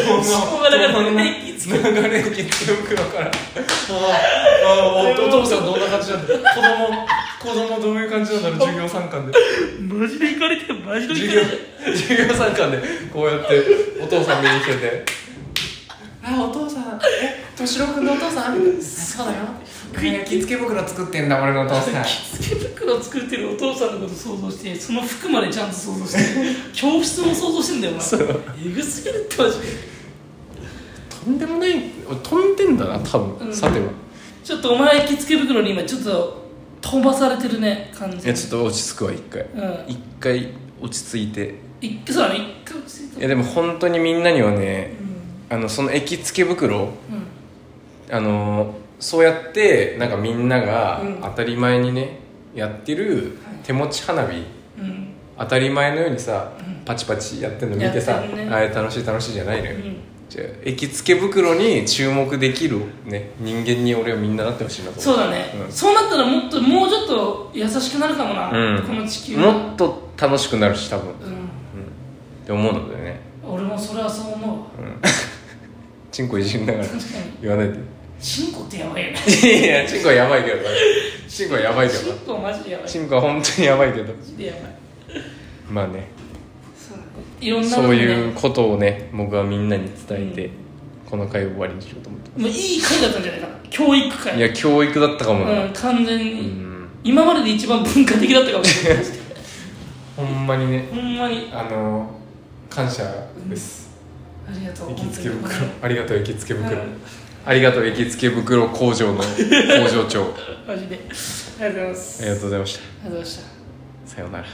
Speaker 2: 考がなかったね液付け
Speaker 3: 流れ行っておくのからああああおお父さんどんな感じなんだ子供子供どういう感じなんだろう授業参観で
Speaker 2: マジでいかれてるマジでい
Speaker 3: 授
Speaker 2: か
Speaker 3: 業
Speaker 2: れてる
Speaker 3: 授業参観でこうやってお父さん見に来ててあお父さんえ敏郎君のお父さんあそうだよ
Speaker 2: え
Speaker 3: 着付け袋作ってんだ俺のお父さん
Speaker 2: 着付け袋を作ってるお父さんのことを想像してその服までちゃんと想像 して教室も想像してんだよお前えぐすぎるってマジで
Speaker 3: とんでもない飛んでんだな多分、
Speaker 2: うん
Speaker 3: さては
Speaker 2: ちょっとお前着付け袋に今ちょっと飛ばされてるね感じ
Speaker 3: いやちょっと落ち着くわ一回
Speaker 2: うん
Speaker 3: 一回落ち着いて
Speaker 2: 一回そうだね一回落ち着い
Speaker 3: い
Speaker 2: た
Speaker 3: やでも本当にみんなにはね
Speaker 2: うん
Speaker 3: あのその液付け袋
Speaker 2: うん
Speaker 3: あのそうやってなんかみんなが
Speaker 2: うん
Speaker 3: 当たり前にね、やってる
Speaker 2: はい
Speaker 3: 手持ち花火、
Speaker 2: うん
Speaker 3: 当たり前のようにさ、
Speaker 2: うん
Speaker 3: パチパチやってんの見て
Speaker 2: や
Speaker 3: さ
Speaker 2: ってるね
Speaker 3: あれ楽しい楽しいじゃないの
Speaker 2: う
Speaker 3: よ、
Speaker 2: ん
Speaker 3: じゃあ液付け袋に注目できる、ね、人間に俺はみんななってほしいなと
Speaker 2: そう
Speaker 3: う
Speaker 2: だね、
Speaker 3: ん
Speaker 2: そうなったらもっともうちょっと優しくなるかもな、
Speaker 3: うん
Speaker 2: この地球が
Speaker 3: もっと楽しくなるし多分、うん、っ
Speaker 2: うん、
Speaker 3: て思うのでね
Speaker 2: 俺もそれはそう思うわ
Speaker 3: チンコいじりながら
Speaker 2: 確かに
Speaker 3: 言わないで
Speaker 2: チンコってやばいよね
Speaker 3: いやチンコはやばいけどなチンコはやばいけ
Speaker 2: チ
Speaker 3: ど
Speaker 2: ン
Speaker 3: な
Speaker 2: コマジでやばい
Speaker 3: チンコは本当にやばいけど
Speaker 2: マジでやばい
Speaker 3: まあね
Speaker 2: そうだねいろんな
Speaker 3: そういう
Speaker 2: ね
Speaker 3: ことをね僕はみんなに伝えて、この回を終わりにしようと思って
Speaker 2: もういい回だったんじゃないかな教育会
Speaker 3: いや教育だったかもな、
Speaker 2: うん完全
Speaker 3: う
Speaker 2: に、
Speaker 3: ん
Speaker 2: 今までで一番文化的だったかもしれない
Speaker 3: ほんまにね
Speaker 2: ほんまに
Speaker 3: あの感謝です、
Speaker 2: ありがとう
Speaker 3: 行きつけ
Speaker 2: 本
Speaker 3: 袋
Speaker 2: 当に
Speaker 3: ありがとう行きつけ袋、
Speaker 2: うん
Speaker 3: ありがとう行きつけ袋工場の工場長
Speaker 2: マジでありがとうございま
Speaker 3: あ
Speaker 2: す
Speaker 3: り
Speaker 2: あ
Speaker 3: が
Speaker 2: り
Speaker 3: とうございまし
Speaker 2: がとうございました
Speaker 3: たさようなら